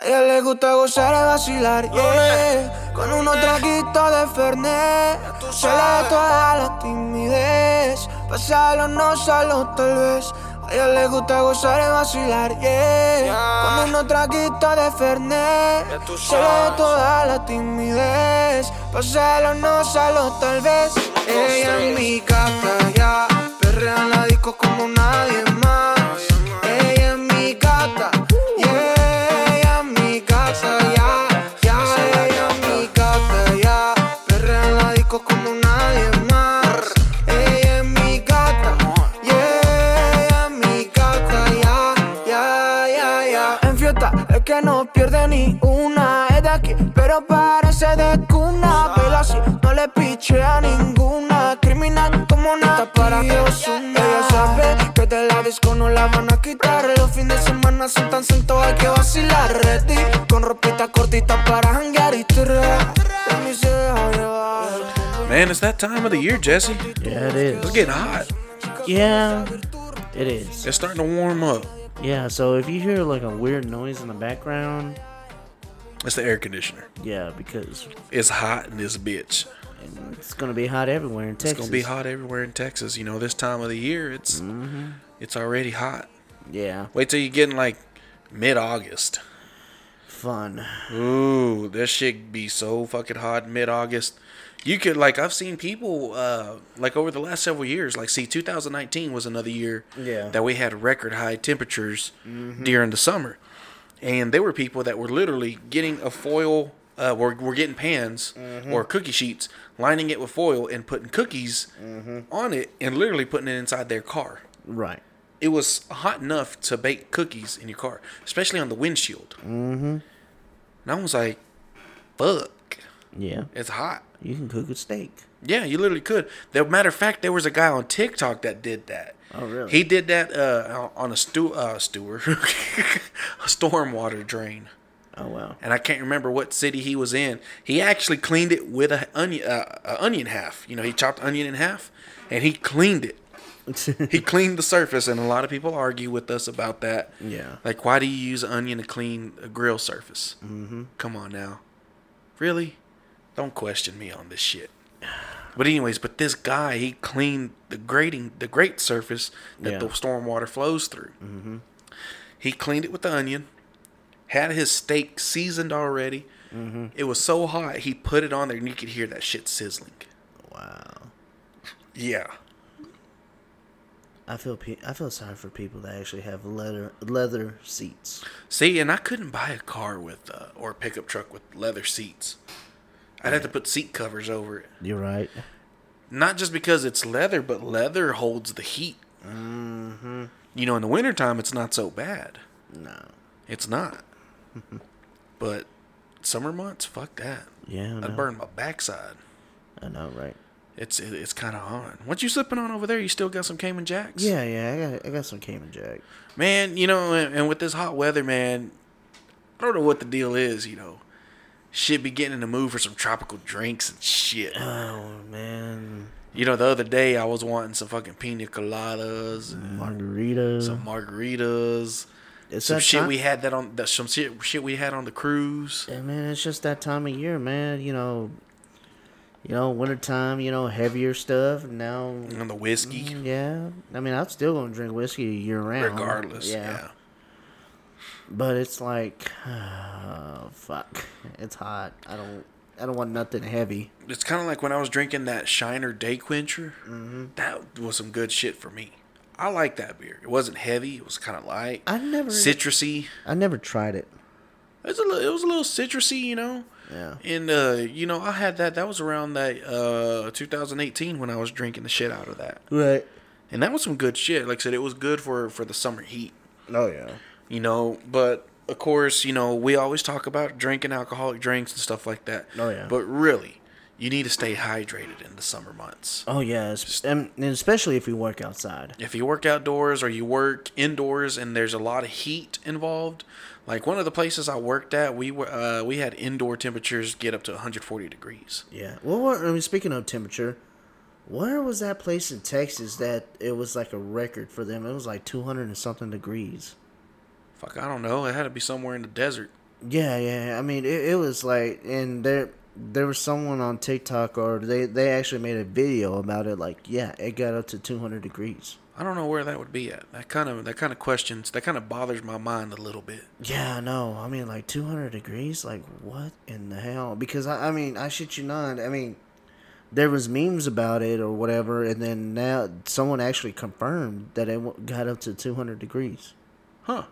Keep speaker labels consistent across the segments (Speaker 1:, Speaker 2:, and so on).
Speaker 1: A ella le gusta gozar y vacilar, yeah. Con unos traguitos de Fernet Se le da toda la timidez Pasarlo no solo tal vez A ella le gusta gozar y vacilar, yeah. Con unos traguitos de Fernet Se le da toda la timidez Pasarlo no solo tal vez Ella es mi gata, ya Perrea en la disco como nadie más Ella es mi gata Yeah, ella es mi gata, ya, ya, ella es mi gata, ya. Perrea en la disco como nadie más. Ella es mi gata, yeah, ella es mi gata, ya, ya, ya, ya. En fiesta es que no pierde ni una, es de aquí, pero parece de cuna. Pero así no le piche a ninguna, criminal como nada para que Ozuna. Ella sabe que de la disco no la van a quitar. Los fines de semana son tan sentados, hay que vacilar. Ready, con ropita cortita para hangar y tirar. De mí se deja llevar.
Speaker 2: Man, it's that time of the year, Jesse.
Speaker 3: Yeah, it
Speaker 2: It's
Speaker 3: is.
Speaker 2: getting hot.
Speaker 3: Yeah, it is.
Speaker 2: It's starting to warm up.
Speaker 3: Yeah, so if you hear like a weird noise in the background,
Speaker 2: It's the air conditioner.
Speaker 3: yeah, because
Speaker 2: It's hot in this bitch.
Speaker 3: it's gonna be hot everywhere in Texas.
Speaker 2: It's gonna be hot everywhere in Texas. You know, this time of the year, it's it's already hot.
Speaker 3: Yeah,
Speaker 2: Wait till you get in like mid-August.
Speaker 3: fun.
Speaker 2: Ooh, this shit be so fucking hot mid August. You could like I've seen people uh like over the last several years, like see 2019 was another year
Speaker 3: Yeah.
Speaker 2: that we had record high temperatures during the summer. And there were people that were literally getting a foil uh were, were getting pans or cookie sheets, lining it with foil and putting cookies on it and literally putting it inside their car.
Speaker 3: Right.
Speaker 2: It was hot enough to bake cookies in your car, especially on the windshield.
Speaker 3: Mm-hmm.
Speaker 2: And I was like, fuck,
Speaker 3: Yeah,
Speaker 2: it's hot.
Speaker 3: you can cook a steak.
Speaker 2: Yeah, you literally could. The matter of fact, there was a guy on TikTok that did that.
Speaker 3: Oh, really?
Speaker 2: He did that uh, on a stew, uh, stewer, a stormwater drain,
Speaker 3: Oh wow.
Speaker 2: and I can't remember what city he was in. He actually cleaned it with a onion, uh, a onion half. You know, he chopped onion in half, and he cleaned it. he cleaned the surface, and a lot of people argue with us about that.
Speaker 3: Yeah.
Speaker 2: Like, why do you use an onion to clean a grill surface? Mm-hmm. Come on now. Really? Don't question me on this shit. But anyways, but this guy he cleaned the grating, the grate surface that
Speaker 3: Yeah.
Speaker 2: the storm water flows through. Mm-hmm. He cleaned it with the onion. Had his steak seasoned already. Mm-hmm. It was so hot he put it on there, and you could hear that shit sizzling.
Speaker 3: Wow.
Speaker 2: Yeah.
Speaker 3: I feel pe- I feel sorry for people that actually have leather leather seats.
Speaker 2: See, and I couldn't buy a car with uh, or a pickup truck with leather seats. I'd have to put seat covers over it.
Speaker 3: You're right.
Speaker 2: Not just because it's leather, but leather holds the heat. Mm-hmm. You know, in the wintertime, it's not so bad.
Speaker 3: No.
Speaker 2: It's not. but summer months, fuck that.
Speaker 3: Yeah. I
Speaker 2: I'd
Speaker 3: know.
Speaker 2: burn my backside.
Speaker 3: I know, right?
Speaker 2: It's it, it's kind of on. What you slipping on over there? You still got some Cayman Jacks?
Speaker 3: Yeah, yeah. I got I got some Cayman Jack.
Speaker 2: man you know and, and with this hot weather man i don't know what the deal is you know should be getting in the mood for some tropical drinks and shit
Speaker 3: Oh man,
Speaker 2: you know the other day i was wanting some fucking pina coladas and
Speaker 3: margarita.
Speaker 2: some margaritas
Speaker 3: it's
Speaker 2: some
Speaker 3: Mm-hmm. that
Speaker 2: shit
Speaker 3: time-
Speaker 2: we had that on that some shit, shit we had on the cruise
Speaker 3: Yeah, man, it's just that time of year, man. You know, you know, wintertime, you know, heavier stuff. Now,
Speaker 2: and the whiskey
Speaker 3: yeah, I mean, I'm still gonna drink whiskey year round,
Speaker 2: regardless yeah.
Speaker 3: But it's like, fuck, it's hot. I don't, I don't want nothing heavy.
Speaker 2: it's kind of like when i was drinking that shiner day quencher
Speaker 3: Mm-hmm.
Speaker 2: that was some good shit for me i like that beer it wasn't heavy it was kind of light
Speaker 3: I never,
Speaker 2: citrusy
Speaker 3: I never tried it.
Speaker 2: It was a little, it was a little citrusy, you know.
Speaker 3: Yeah.
Speaker 2: And uh, you know, I had that. That was around that uh 2018 when I was drinking the shit out of that,
Speaker 3: Right.
Speaker 2: and that was some good shit. Like I said, it was good for for the summer heat,
Speaker 3: Oh yeah.
Speaker 2: you know. But of course, you know, we always talk about drinking alcoholic drinks and stuff like that.
Speaker 3: Oh, yeah.
Speaker 2: But really, you need to stay hydrated in the summer months.
Speaker 3: Oh yeah, it's, and and especially if you work outside.
Speaker 2: if you work outdoors or you work indoors and there's a lot of heat involved like one of the places i worked at we were uh, we had indoor temperatures get up to 140 degrees
Speaker 3: Yeah. Well, what, I mean, speaking of temperature, where was that place in Texas that it was like a record for them? It was like 200 and something degrees.
Speaker 2: fuck i don't know it had to be somewhere in the desert
Speaker 3: Yeah, yeah. I mean, it, it was like, and there there was someone on TikTok or they they actually made a video about it. Like, yeah, it got up to 200 degrees.
Speaker 2: I don't know where that would be at. That kind of that kind of questions that kind of bothers my mind a little bit.
Speaker 3: Yeah, I know. I mean, like 200 degrees. Like, what in the hell? Because I, I mean, I shit you not. I mean, there was memes about it or whatever, and then now someone actually confirmed that it w- got up to 200 degrees.
Speaker 2: Huh.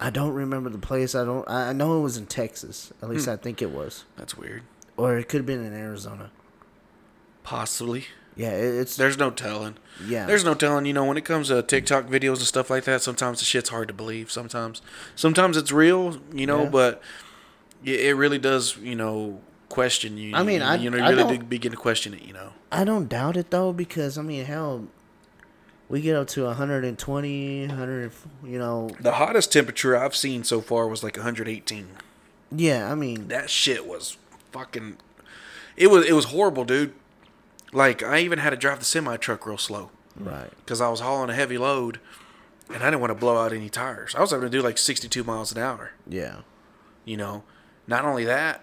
Speaker 3: I don't remember the place. I don't. I I know it was in Texas. At least I think it was,
Speaker 2: That's weird.
Speaker 3: or it could have been in Arizona.
Speaker 2: Possibly.
Speaker 3: Yeah, it, it's
Speaker 2: There's no telling.
Speaker 3: Yeah.
Speaker 2: There's no telling. You know, when it comes to TikTok videos and stuff like that, sometimes the shit's hard to believe. Sometimes, sometimes it's real. You know,
Speaker 3: Yeah.
Speaker 2: but it, it really does. You know, question you.
Speaker 3: I mean,
Speaker 2: you,
Speaker 3: I-
Speaker 2: you know, you
Speaker 3: I
Speaker 2: really
Speaker 3: don't-
Speaker 2: do begin to question it. You know.
Speaker 3: I don't doubt it though because I mean, hell, we get up to 120, 100, you know.
Speaker 2: The hottest temperature I've seen so far was like 118.
Speaker 3: Yeah, I mean,
Speaker 2: That shit was fucking. It was it was horrible, dude. Like I even had to drive the semi truck real slow
Speaker 3: right.
Speaker 2: because I was hauling a heavy load, and I didn't want to blow out any tires. I was having to do like 62 miles an hour.
Speaker 3: Yeah.
Speaker 2: You know, not only that,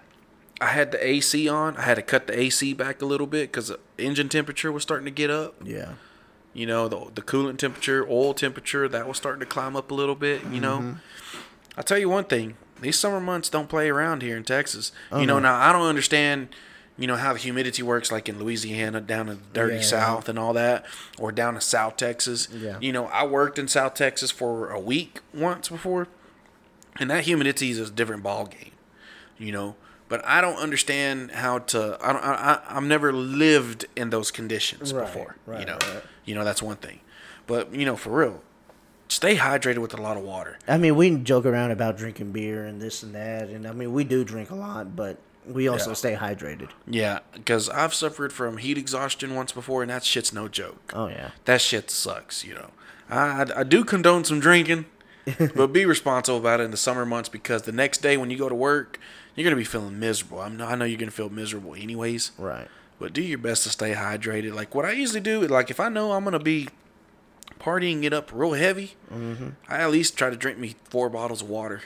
Speaker 2: I had the AC on. I had to cut the AC back a little bit because the engine temperature was starting to get up.
Speaker 3: Yeah.
Speaker 2: You know, the, the coolant temperature, oil temperature, that was starting to climb up a little bit. You know, I'll tell you one thing these summer months don't play around here in Texas. you
Speaker 3: Uh-huh.
Speaker 2: know, now I don't understand. You know how the humidity works, like in Louisiana, down in the dirty
Speaker 3: Yeah.
Speaker 2: South and all that, or down in South Texas.
Speaker 3: Yeah.
Speaker 2: You know, I worked in South Texas for a week once before, and that humidity is a different ball game you know. But I don't understand how to. I don't, I, I I've never lived in those conditions
Speaker 3: Right,
Speaker 2: before. you
Speaker 3: right,
Speaker 2: know,
Speaker 3: right.
Speaker 2: you know that's one thing. But you know, for real, stay hydrated with a lot of water.
Speaker 3: I mean, we joke around about drinking beer and this and that, and I mean, we do drink a lot, but we also
Speaker 2: Yeah.
Speaker 3: stay hydrated.
Speaker 2: Yeah, because I've suffered from heat exhaustion once before, and that shit's no joke.
Speaker 3: Oh yeah.
Speaker 2: That shit sucks. You know, I I, I do condone some drinking. but be responsible about it in the summer months because the next day when you go to work, you're gonna be feeling miserable. I'm, I know you're gonna feel miserable anyways.
Speaker 3: Right.
Speaker 2: but do your best to stay hydrated. Like what I usually do, like if I know I'm gonna be partying it up real heavy,
Speaker 3: Mm-hmm.
Speaker 2: I at least try to drink me four bottles of water.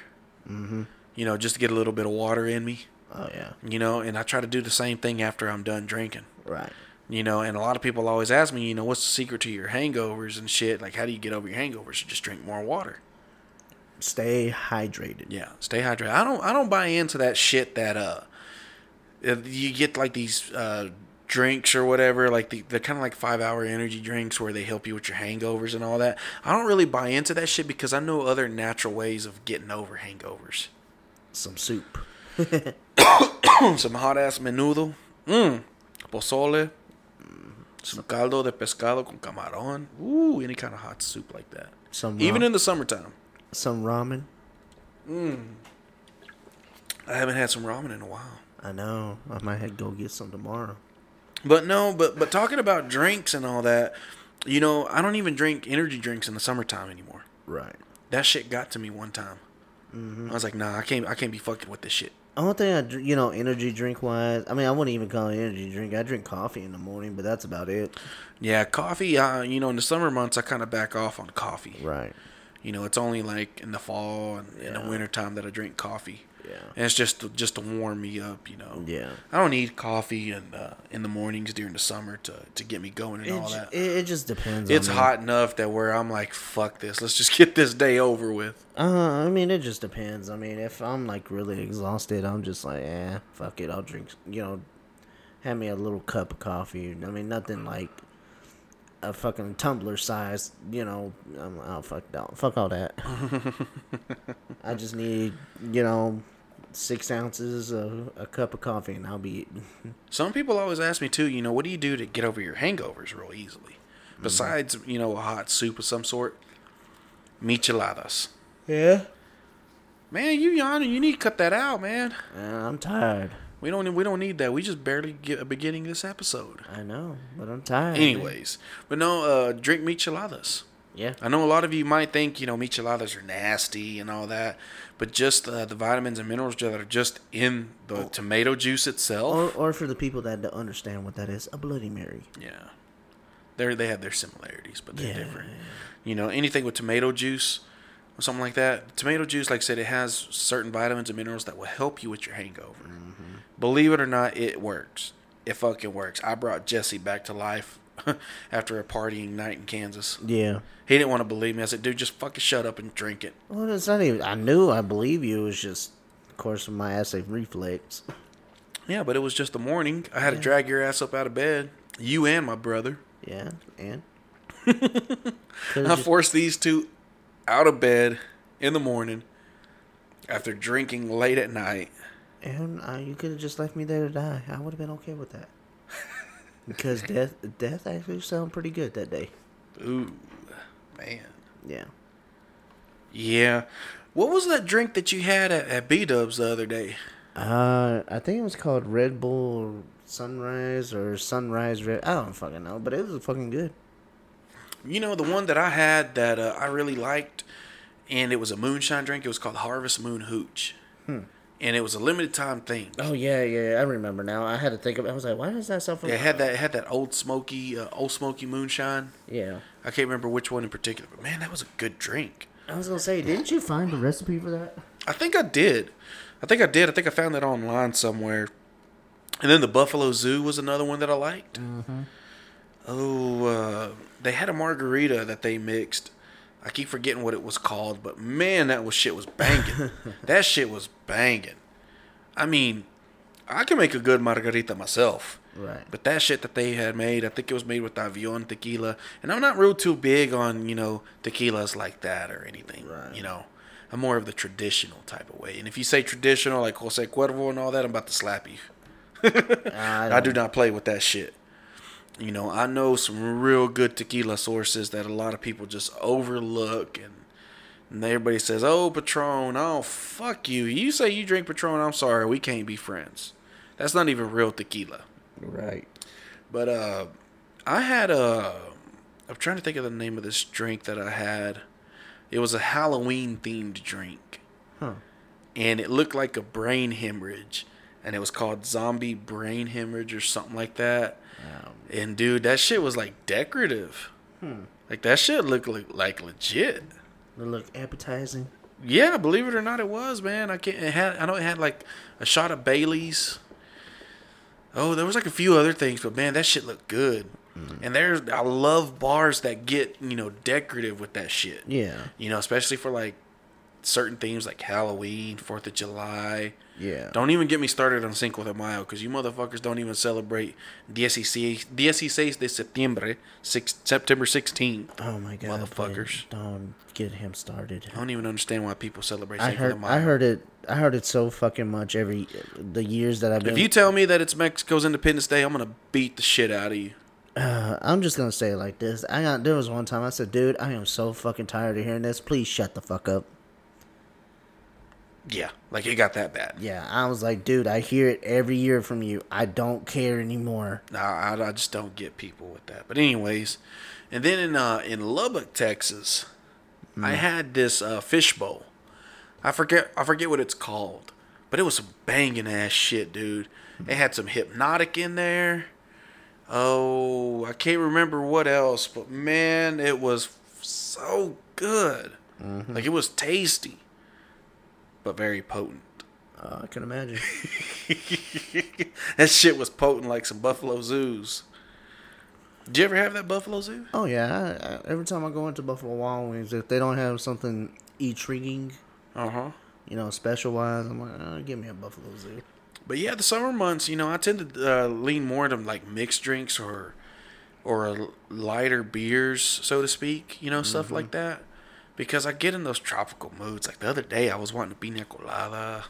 Speaker 3: Mm-hmm.
Speaker 2: You know, just to get a little bit of water in me.
Speaker 3: Oh yeah.
Speaker 2: You know, and I try to do the same thing after I'm done drinking.
Speaker 3: Right.
Speaker 2: You know, and a lot of people always ask me, you know, what's the secret to your hangovers and shit? Like, how do you get over your hangovers? You just drink more water.
Speaker 3: Stay hydrated.
Speaker 2: Yeah, stay hydrated. I don't I don't buy into that shit that uh if you get like these uh drinks or whatever, like the, they're kind of like 5-hour energy drinks where they help you with your hangovers and all that. I don't really buy into that shit because I know other natural ways of getting over hangovers.
Speaker 3: Some soup.
Speaker 2: Some hot ass menudo, mm, pozole, some caldo de pescado con camarón. Ooh, any kind of hot soup like that.
Speaker 3: Some
Speaker 2: Even
Speaker 3: ramen.
Speaker 2: in the summertime.
Speaker 3: Some ramen.
Speaker 2: I haven't had some ramen in a while.
Speaker 3: I know. I might have to go get some tomorrow.
Speaker 2: But no, but but talking about drinks and all that, you know, I don't even drink energy drinks in the summertime anymore.
Speaker 3: Right.
Speaker 2: That shit got to me one time. I was like, nah, I can't, I can't be fucking with this shit.
Speaker 3: Only thing I, dr- you know, energy drink wise. I mean, I wouldn't even call it energy drink. I drink coffee in the morning, but that's about it.
Speaker 2: Yeah, coffee. Uh, you know, in the summer months, I kind of back off on coffee.
Speaker 3: Right.
Speaker 2: You know, it's only like in the fall and in the
Speaker 3: Yeah.
Speaker 2: winter time that I drink coffee.
Speaker 3: Yeah.
Speaker 2: and it's just to, just to warm me up. You know.
Speaker 3: Yeah.
Speaker 2: I don't need coffee and uh, in the mornings during the summer to to get me going and
Speaker 3: It,
Speaker 2: all
Speaker 3: ju-
Speaker 2: that.
Speaker 3: it, it just depends.
Speaker 2: it's
Speaker 3: on me.
Speaker 2: hot enough that where I'm like, fuck this. Let's just get this day over with.
Speaker 3: Uh, I mean, it just depends. I mean, if I'm like really exhausted, I'm just like, eh, fuck it. I'll drink, you know, have me a little cup of coffee. I mean, nothing like a fucking tumbler size, you know. I'm, I'll fuck out, fuck all that. I just need, you know, six ounces of a cup of coffee, and I'll be eating.
Speaker 2: Some people always ask me too, you know, what do you do to get over your hangovers real easily?
Speaker 3: Mm-hmm.
Speaker 2: Besides, you know, a hot soup of some sort, micheladas.
Speaker 3: Yeah.
Speaker 2: Man, you yawning. You need to cut that out, man.
Speaker 3: Uh, I'm tired.
Speaker 2: We don't. We don't need that. We just barely get a beginning this episode.
Speaker 3: I know, but I'm tired. man.
Speaker 2: Anyways, but no, uh, drink micheladas.
Speaker 3: Yeah.
Speaker 2: I know a lot of you might think you know micheladas are nasty and all that, but just uh, the vitamins and minerals that are just in the tomato juice itself.
Speaker 3: Or, or for the people that don't understand what that is, a Bloody Mary.
Speaker 2: Yeah. They're, they have their similarities, but they're
Speaker 3: Yeah.
Speaker 2: different. You know, anything with tomato juice, or something like that. Tomato juice, like I said, it has certain vitamins and minerals that will help you with your hangover. Believe it or not, it works. It fucking works. I brought Jesse back to life after a partying night in Kansas.
Speaker 3: Yeah.
Speaker 2: He didn't want to believe me. I said, dude, just fucking shut up and drink it.
Speaker 3: Well, it's not even. I knew. I believe you. It's just, of course, my acid reflex.
Speaker 2: Yeah, but it was just the morning. I had to drag your ass up out of bed. You and my brother.
Speaker 3: Yeah, and
Speaker 2: I forced these two out of bed in the morning after drinking late at night.
Speaker 3: and uh, you could have just left me there to die. I would have been okay with that. Because death, death actually sounded pretty good that day.
Speaker 2: Ooh, man.
Speaker 3: Yeah.
Speaker 2: Yeah. What was that drink that you had at, at B Dubs the other day?
Speaker 3: Uh, I think it was called Red Bull Sunrise or Sunrise Red. I don't fucking know, but it was fucking good.
Speaker 2: You know, the one that I had that uh, I really liked, and it was a moonshine drink. It was called Harvest Moon Hooch. And it was a limited time thing.
Speaker 3: Oh yeah, yeah, I remember now. I had to think of. I was like, why does that sound?
Speaker 2: It had that it had that old smoky uh, old smoky moonshine.
Speaker 3: Yeah.
Speaker 2: I can't remember which one in particular, but man, that was a good drink.
Speaker 3: I was gonna say, didn't you find a recipe for that?
Speaker 2: I think I did. I think I did. I think I found that online somewhere. And then the Buffalo Zoo was another one that I liked.
Speaker 3: Mm-hmm.
Speaker 2: Oh, uh, they had a margarita that they mixed. I keep forgetting what it was called, but man, that was shit was banging. that shit was banging. I mean, I can make a good margarita myself.
Speaker 3: Right.
Speaker 2: But that shit that they had made, I think it was made with Avion tequila. And I'm not real too big on, you know, tequilas like that or anything.
Speaker 3: Right.
Speaker 2: You know, I'm more of the traditional type of way. And if you say traditional, like Jose Cuervo and all that, I'm about to slap you. I do not play with that shit. You know, I know some real good tequila sources that a lot of people just overlook and. And everybody says, "Oh, Patron! Oh, fuck you! You say you drink Patron? I'm sorry, we can't be friends. That's not even real tequila."
Speaker 3: Right.
Speaker 2: But uh, I had a. I'm trying to think of the name of this drink that I had. It was a Halloween themed drink,
Speaker 3: Huh.
Speaker 2: and it looked like a brain hemorrhage, and it was called Zombie Brain Hemorrhage or something like that.
Speaker 3: Um,
Speaker 2: And dude, that shit was like decorative. Like that shit looked like, like legit.
Speaker 3: they look appetizing.
Speaker 2: Yeah, believe it or not, it was man. I can't. It had. I know it had like a shot of Bailey's. Oh, there was like a few other things, but man, that shit looked good.
Speaker 3: Mm-hmm.
Speaker 2: And there's, I love bars that get you know decorative with that shit.
Speaker 3: Yeah.
Speaker 2: You know, especially for like certain themes like Halloween, Fourth of July.
Speaker 3: Yeah.
Speaker 2: Don't even get me started on Cinco de Mayo because you motherfuckers don't even celebrate 16 16 de septiembre, six, September 16th.
Speaker 3: Oh my god.
Speaker 2: Motherfuckers.
Speaker 3: please Don't get him started.
Speaker 2: I don't even understand why people celebrate
Speaker 3: I
Speaker 2: Cinco de
Speaker 3: heard.
Speaker 2: Mayo.
Speaker 3: I heard it. I heard it so fucking much every the years that I've been.
Speaker 2: If you tell me that it's Mexico's Independence Day, I'm gonna beat the shit out of you.
Speaker 3: Uh, I'm just gonna say it like this. I got there was one time I said, "Dude, I am so fucking tired of hearing this. Please shut the fuck up."
Speaker 2: Yeah, like it got that bad.
Speaker 3: Yeah, I was like, "Dude, I hear it every year from you. I don't care anymore."
Speaker 2: Nah, I, I just don't get people with that. But anyways, and then in uh, in Lubbock, Texas, I had this uh, fishbowl. I forget I forget what it's called, but it was some banging ass shit, dude. It had some hypnotic in there. Oh, I can't remember what else, but man, it was so good. Like it was tasty, but very potent.
Speaker 3: Uh, I can imagine.
Speaker 2: that shit was potent like some Buffalo Zoos. Did you ever have that Buffalo Zoo?
Speaker 3: oh yeah, I, I, every time I go into Buffalo Wild Wings, if they don't have something intriguing,
Speaker 2: Uh huh.
Speaker 3: you know, special wise, I'm like, oh, give me a Buffalo Zoo.
Speaker 2: But yeah, the summer months, you know, I tend to uh, lean more to like mixed drinks or or a lighter beers, so to speak. You know, stuff like that, because I get in those tropical moods. Like the other day, I was wanting a pina colada.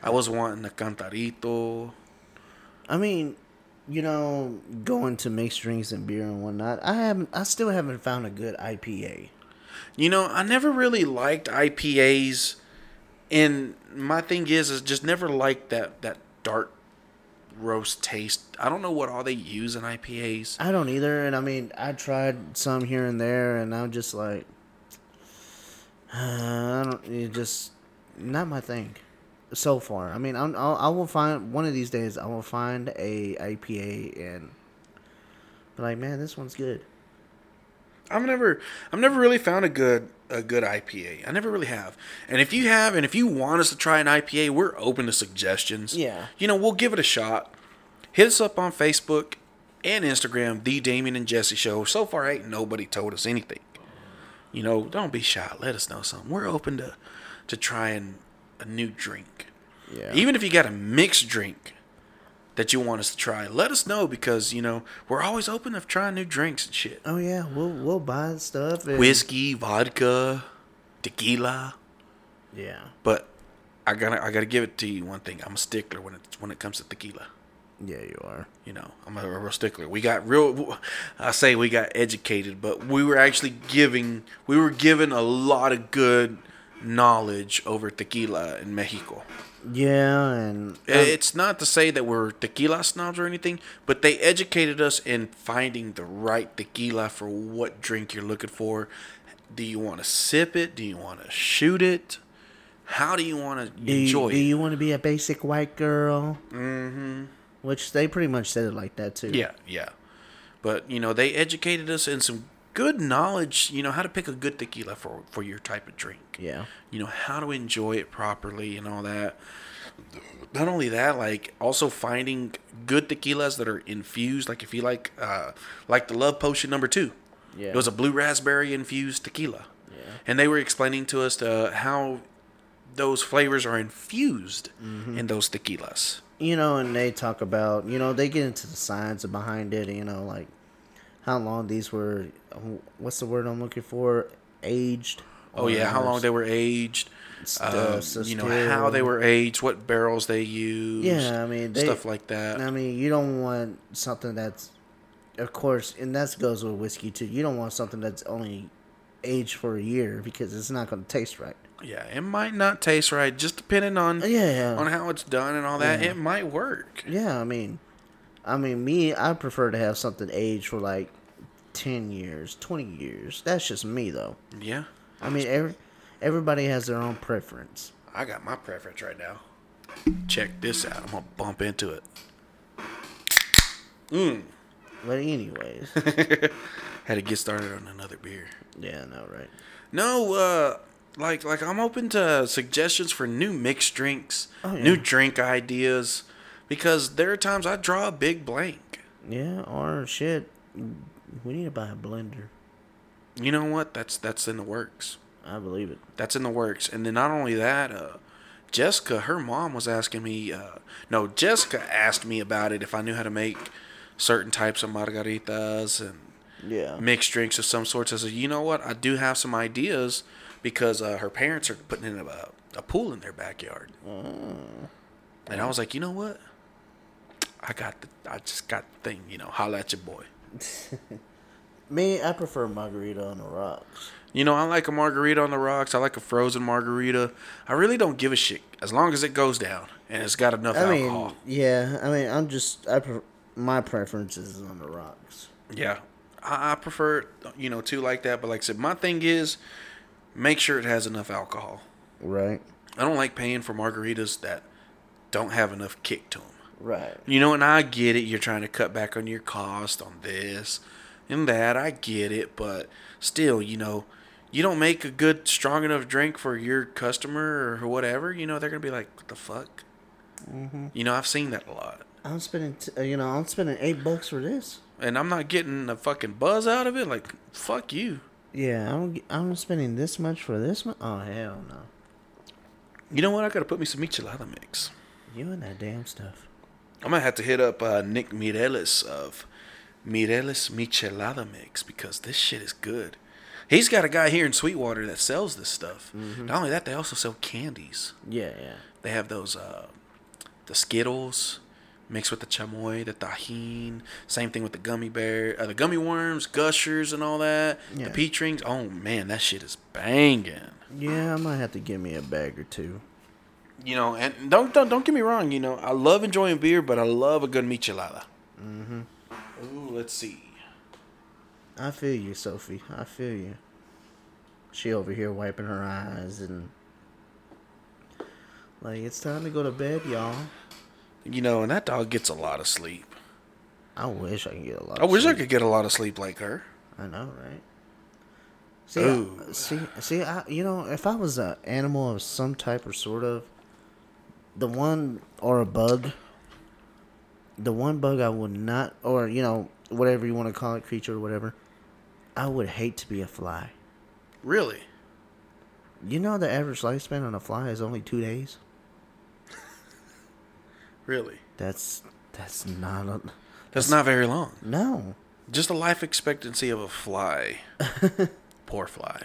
Speaker 2: I was wanting a cantarito.
Speaker 3: I mean, you know, going to mixed drinks and beer and whatnot. I haven't. I still haven't found a good IPA.
Speaker 2: You know, I never really liked IPAs, and my thing is, is just never liked that that dark roast taste. I don't know what all they use in IPAs.
Speaker 3: I don't either, and I mean, I tried some here and there, and I'm just like, I don't. It just not my thing. So far, I mean, I'm, I'll, I will find one of these days. I will find a IPA and be like, man, this one's good.
Speaker 2: I've never I've never really found a good a good IPA. I never really have. And if you have and if you want us to try an IPA, we're open to suggestions.
Speaker 3: Yeah.
Speaker 2: You know, we'll give it a shot. Hit us up on Facebook and Instagram, the Damien and Jesse Show. So far ain't nobody told us anything. You know, don't be shy. Let us know something. We're open to to trying a new drink.
Speaker 3: Yeah.
Speaker 2: Even if you got a mixed drink that you want us to try, let us know because, you know, we're always open to trying new drinks and shit
Speaker 3: oh yeah, we'll we'll buy stuff. And,
Speaker 2: whiskey, vodka, tequila.
Speaker 3: Yeah.
Speaker 2: But I gotta I gotta give it to you one thing. I'm a stickler when it when it comes to tequila.
Speaker 3: Yeah, you are.
Speaker 2: You know, I'm a, real stickler. We got real. I say we got educated, but we were actually giving we were given a lot of good knowledge over tequila in Mexico.
Speaker 3: Yeah, and um,
Speaker 2: it's not to say that we're tequila snobs or anything, but they educated us in finding the right tequila for what drink you're looking for. Do you want to sip it? Do you want to shoot it? How do you want to
Speaker 3: do you,
Speaker 2: enjoy
Speaker 3: do
Speaker 2: it?
Speaker 3: you want to be a basic white girl? Mm-hmm. Which they pretty much said it like that too.
Speaker 2: yeah, yeah. But you know, they educated us in some good knowledge. You know how to pick a good tequila for for your type of drink.
Speaker 3: Yeah.
Speaker 2: you know how to enjoy it properly and all that not only that like also finding good tequilas that are infused like if you like uh like the love potion number two
Speaker 3: Yeah.
Speaker 2: it was a blue raspberry infused tequila
Speaker 3: Yeah.
Speaker 2: and they were explaining to us uh, how those flavors are infused
Speaker 3: Mm-hmm.
Speaker 2: in those tequilas
Speaker 3: you know, and they talk about, you know, they get into the science behind it, you know, like how long these were, what's the word I'm looking for? Aged.
Speaker 2: oh yeah how long they were aged uh,
Speaker 3: Stuff,
Speaker 2: you know how they
Speaker 3: still-
Speaker 2: were aged what barrels they used
Speaker 3: Yeah, I mean, they-
Speaker 2: stuff like that
Speaker 3: I mean, you don't want something that's, of course, and that goes with whiskey too. You don't want something that's only aged for a year because it's not going to taste right.
Speaker 2: Yeah, it might not taste right, just depending on
Speaker 3: Yeah.
Speaker 2: on how it's done and all that. It might work.
Speaker 3: Yeah, I mean, I mean, me, I prefer to have something aged for like ten years, twenty years. That's just me though.
Speaker 2: Yeah,
Speaker 3: I mean, every, everybody has their own preference.
Speaker 2: I got my preference right now. Check this out. I'm gonna bump into it. Mmm.
Speaker 3: But anyways,
Speaker 2: Had to get started on another beer.
Speaker 3: yeah, no, right?
Speaker 2: No, uh, like like I'm open to suggestions for new mixed drinks,
Speaker 3: Oh, yeah.
Speaker 2: new drink ideas, because there are times I draw a big blank.
Speaker 3: Yeah, or shit, we need to buy a blender.
Speaker 2: You know what? That's that's in the works.
Speaker 3: I believe it.
Speaker 2: That's in the works. And then not only that, uh, Jessica, her mom was asking me. Uh, no, Jessica asked me about it if I knew how to make certain types of margaritas and
Speaker 3: Yeah.
Speaker 2: mixed drinks of some sorts. I said, you know what? I do have some ideas because uh, her parents are putting in a, a pool in their backyard. And I was like, you know what? I got the. I just got the thing. You know, holla at your boy.
Speaker 3: Me, I prefer margarita on the rocks.
Speaker 2: You know, I like a margarita on the rocks. I like a frozen margarita. I really don't give a shit as long as it goes down and it's got enough
Speaker 3: I
Speaker 2: alcohol.
Speaker 3: mean, yeah, I mean, I'm just, I pre- my preference is on the rocks.
Speaker 2: yeah, I, I prefer you know two like that. But like I said, my thing is make sure it has enough alcohol.
Speaker 3: Right.
Speaker 2: I don't like paying for margaritas that don't have enough kick to them.
Speaker 3: Right.
Speaker 2: You know, and I get it. You're trying to cut back on your cost on this and that. I get it, but still, you know, you don't make a good, strong enough drink for your customer or whatever. You know, they're gonna be like, "What the fuck?" You know, I've seen that a lot,
Speaker 3: I'm spending, t- uh, you know, I'm spending eight bucks for this.
Speaker 2: and I'm not getting a fucking buzz out of it. Like, fuck you.
Speaker 3: Yeah, I'm, g- I'm spending this much for this much. Oh hell no!
Speaker 2: You know what? I gotta put me some michelada mix.
Speaker 3: You and that damn stuff.
Speaker 2: I'm gonna have to hit up uh, Nick Mireles of Mireles Michelada Mix because this shit is good. He's got a guy here in Sweetwater that sells this stuff. Not only that, they also sell candies.
Speaker 3: Yeah, yeah.
Speaker 2: They have those uh, the Skittles mixed with the chamoy, the tahine. Same thing with the gummy bear, uh, the gummy worms, gushers, and all that.
Speaker 3: Yeah.
Speaker 2: The peach rings. Oh man, that shit is banging.
Speaker 3: Yeah, I might have to give me a bag or two.
Speaker 2: You know, and don't don't don't get me wrong. You know, I love enjoying beer, but I love a good michelada. Mm-hmm. Ooh, let's see.
Speaker 3: I feel you, Sophie. I feel you. She over here wiping her eyes and like it's time to go to bed, y'all.
Speaker 2: You know, and that dog gets a lot of sleep.
Speaker 3: I wish I could get a lot.
Speaker 2: I
Speaker 3: of
Speaker 2: wish I
Speaker 3: sleep.
Speaker 2: could get a lot of sleep like her.
Speaker 3: I know, right? See,
Speaker 2: Ooh.
Speaker 3: I, see, see. I, you know, if I was an animal of some type or sort of, the one or a bug, the one bug I would not, or you know, whatever you want to call it, creature or whatever, I would hate to be a fly.
Speaker 2: Really?
Speaker 3: You know, the average lifespan on a fly is only two days.
Speaker 2: Really?
Speaker 3: That's that's not a
Speaker 2: That's not very long.
Speaker 3: no.
Speaker 2: Just the life expectancy of a fly. Poor fly.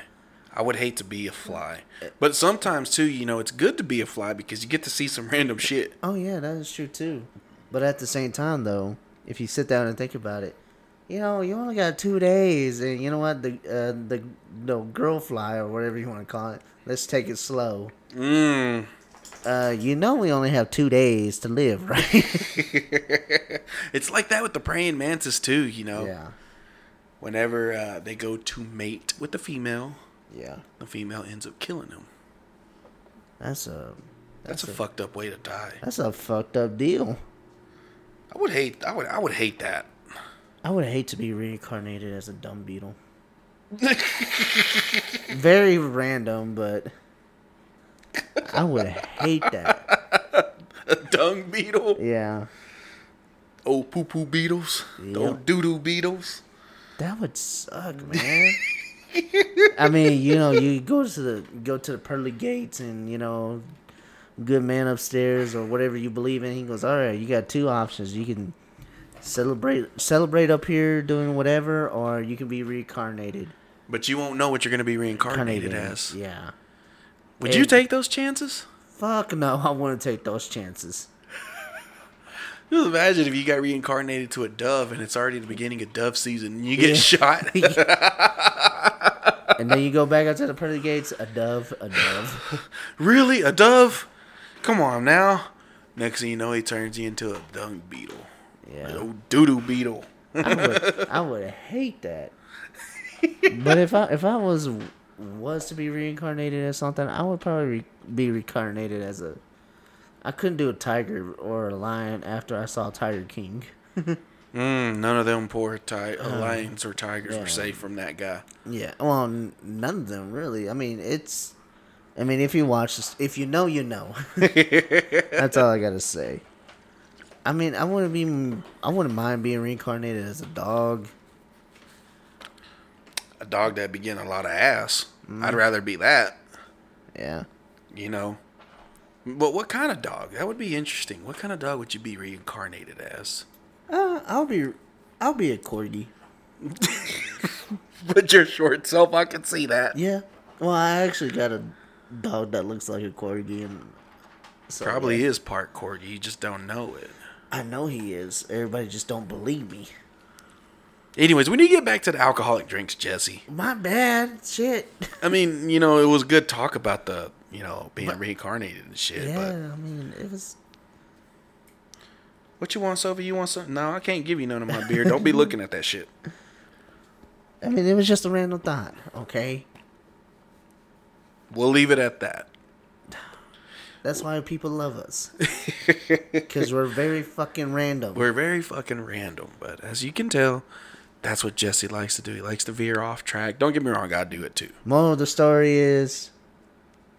Speaker 2: I would hate to be a fly. But sometimes, too, you know, it's good to be a fly because you get to see some random shit.
Speaker 3: Oh yeah, that is true too. But at the same time, though, if you sit down and think about it, you know, you only got two days, and you know what the uh, the no girl fly or whatever you want to call it. Let's take it slow.
Speaker 2: Mmm.
Speaker 3: Uh, you know, we only have two days to live, right?
Speaker 2: It's like that with the praying mantis, too, you know.
Speaker 3: yeah,
Speaker 2: Whenever uh, they go to mate with the female,
Speaker 3: yeah.
Speaker 2: the female ends up killing them.
Speaker 3: That's a
Speaker 2: That's, a, fucked up way to die.
Speaker 3: that's a fucked up deal.
Speaker 2: I would hate. I would. I would hate that.
Speaker 3: I would hate to be reincarnated as a dumb beetle. Very random, but I would hate that.
Speaker 2: A dung beetle.
Speaker 3: Yeah.
Speaker 2: Old poo poo beetles. The
Speaker 3: Yep.
Speaker 2: old doo doo beetles.
Speaker 3: That would suck, man. I mean, you know, you go to the go to the pearly gates, and you know, good man upstairs or whatever you believe in. He goes, "All right, you got two options. You can celebrate celebrate up here doing whatever, or you can be reincarnated."
Speaker 2: But you won't know what you're going to be reincarnated
Speaker 3: Carnated,
Speaker 2: as.
Speaker 3: yeah.
Speaker 2: Would
Speaker 3: And-
Speaker 2: you take those chances?
Speaker 3: Fuck no, I want to take those chances.
Speaker 2: Just imagine if you got reincarnated to a dove and it's already the beginning of dove season and you get shot.
Speaker 3: And then you go back out to the pearly gates, a dove, a dove.
Speaker 2: really? A dove? Come on now. Next thing you know, he turns you into a dung beetle. An
Speaker 3: Yeah,
Speaker 2: old doo doo beetle.
Speaker 3: I would, I would hate that. But if I if I was was to be reincarnated as something, I would probably re- be reincarnated as a. I couldn't do a tiger or a lion after I saw Tiger King.
Speaker 2: Mm, none of them poor ti-
Speaker 3: Uh-huh.
Speaker 2: uh, lions or tigers were safe from that guy.
Speaker 3: Yeah, well, n- none of them really. I mean, it's. I mean, if you watch this, if you know, you know. That's all I gotta say. I mean, I wouldn't be. I wouldn't mind being reincarnated as a dog.
Speaker 2: A dog that'd be getting a lot of ass.
Speaker 3: Mm-hmm.
Speaker 2: I'd rather be that,
Speaker 3: Yeah.
Speaker 2: you know. But what kind of dog? That would be interesting. What kind of dog would you be reincarnated as?
Speaker 3: Uh, I'll be. I'll be a corgi.
Speaker 2: But your short self, I can see that.
Speaker 3: Yeah. Well, I actually got a dog that looks like a corgi, and so,
Speaker 2: Probably
Speaker 3: yeah.
Speaker 2: is part corgi. You just don't know it.
Speaker 3: I know he is. Everybody just don't believe me.
Speaker 2: Anyways, we need to get back to the alcoholic drinks, Jesse.
Speaker 3: My bad. Shit.
Speaker 2: I mean, you know, it was good talk about the, you know, being reincarnated and shit.
Speaker 3: Yeah.
Speaker 2: But
Speaker 3: I mean, it was.
Speaker 2: what you want, Sophie? You want some? No, I can't give you none of my beer. Don't be looking at that shit.
Speaker 3: I mean, it was just a random thought. Okay.
Speaker 2: We'll leave it at that.
Speaker 3: That's why people love us. Because we're very fucking random.
Speaker 2: We're very fucking random, but as you can tell, that's what Jesse likes to do. He likes to veer off track. Don't get me wrong, I do it too.
Speaker 3: Moral of the story is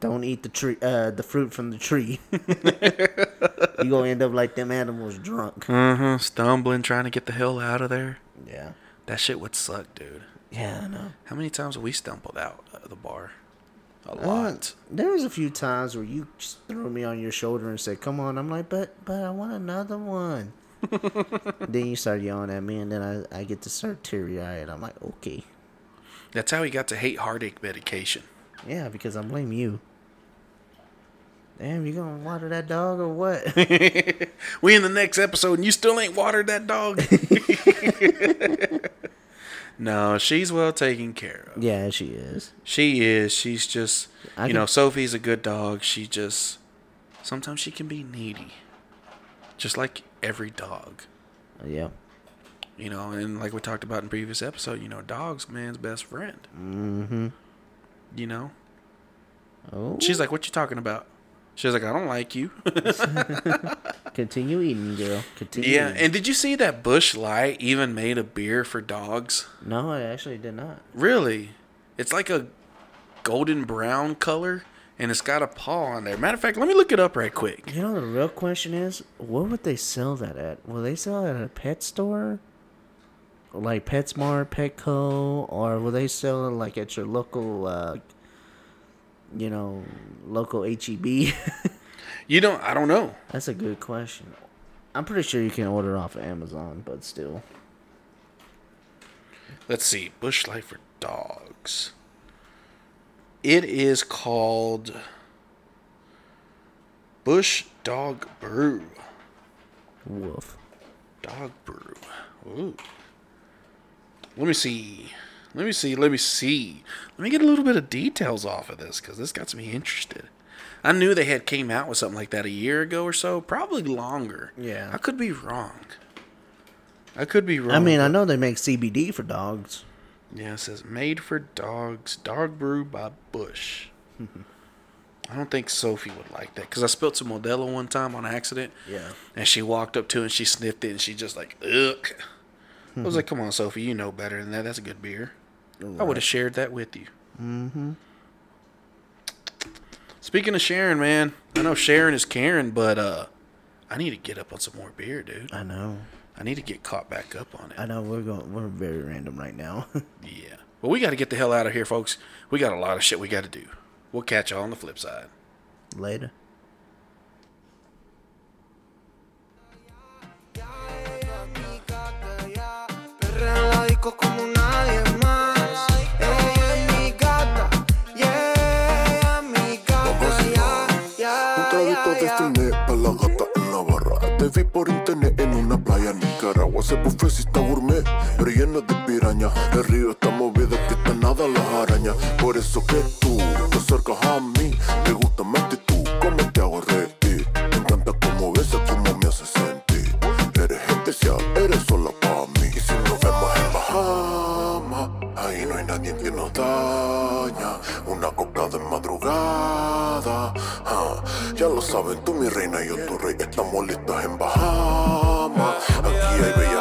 Speaker 3: don't eat the tree, uh, the fruit from the tree. you gonna end up like them animals drunk.
Speaker 2: Uh-huh. Stumbling, trying to get the hell out of there.
Speaker 3: Yeah.
Speaker 2: That shit would suck, dude.
Speaker 3: Yeah, I know.
Speaker 2: How many times have we stumbled out of the bar? A
Speaker 3: Uh,
Speaker 2: lot.
Speaker 3: there was a few times where you just threw me on your shoulder and said, "Come on." I'm like, "But, but I want another one." then you start yelling at me, and then I, I get to start teary eyed. I'm like, "Okay,
Speaker 2: That's how he got to hate heartache medication.
Speaker 3: yeah," because I blame you. Damn, you gonna water that dog or what?
Speaker 2: We in the next episode and you still ain't watered that dog. no, she's well taken care of.
Speaker 3: Yeah, she is.
Speaker 2: She is. She's just,
Speaker 3: I
Speaker 2: you
Speaker 3: can-
Speaker 2: know, Sophie's a good dog. She just, sometimes she can be needy. Just like every dog.
Speaker 3: Yeah.
Speaker 2: You know, and like we talked about in previous episode, you know, dog's man's best friend. Mm-hmm. You know?
Speaker 3: Oh,
Speaker 2: She's like, what you talking about? She's like, I don't like you.
Speaker 3: Oh, continue eating, girl. Continue.
Speaker 2: yeah.
Speaker 3: eating.
Speaker 2: And did you see that Bush Light even made a beer for dogs?
Speaker 3: no, I actually did not.
Speaker 2: Really? It's like a golden brown color, and it's got a paw on there. Matter of fact, let me look it up right quick.
Speaker 3: You know the real question is, what would they sell that at? Will they sell it at a pet store, like PetSmart, Petco, or will they sell it like at your local, uh, you know, local HEB?
Speaker 2: You don't. I don't know.
Speaker 3: That's a good question. I'm pretty sure you can order off of Amazon, but still,
Speaker 2: Let's see. Bush life for dogs. It is called Bush Dog Brew.
Speaker 3: woof.
Speaker 2: Dog brew. Ooh. Let me see. Let me see. Let me see. Let me get a little bit of details off of this because this got me interested. I knew they had came out with something like that a year ago or so, probably longer.
Speaker 3: Yeah.
Speaker 2: I could be wrong. I could be wrong.
Speaker 3: I mean, I know they make CBD for dogs.
Speaker 2: Yeah, it says made for dogs, dog brew by Bush. I don't think Sophie would like that because I spilled some Modelo one time on accident.
Speaker 3: Yeah.
Speaker 2: And she walked up to it and she sniffed it and she just like, ugh. I was like, come on, Sophie, you know better than that. That's a good beer. I would have shared that with you. Mm-hmm. Speaking of sharing, man, I know sharing is caring, but uh, I need to get up on some more beer, dude.
Speaker 3: I know.
Speaker 2: I need to get caught back up on it.
Speaker 3: I know we're going. We're very random right now.
Speaker 2: Yeah. Well, we got to get the hell out of here, folks. We got a lot of shit we got to do. We'll catch y'all on the flip side.
Speaker 3: Later.
Speaker 1: Perrea en la disco como nadie más. Ella es mi gata, yeah, ella es mi gata, ya, ya.
Speaker 4: Un traguito
Speaker 1: ya.
Speaker 4: de destiné pa' la gata en la barra. Te vi por internet en una playa en Nicaragua. Ese buffet sí está gourmet, pero lleno de piraña. El río está movido, que está nada las arañas. Por eso que tú te acercas a mí. Te gusta mi actitud, cómo te hago reír. Me encanta cómo besas, cómo me haces sentir. Eres especial, eres sola para mí. Y si nos vemos en Bahamas, ahí no hay nadie que nos daña. Una copla de madrugada, ah, ya lo saben, tú mi reina, yo tu rey. Estamos listos en Bahamas. Aquí hay bella ah,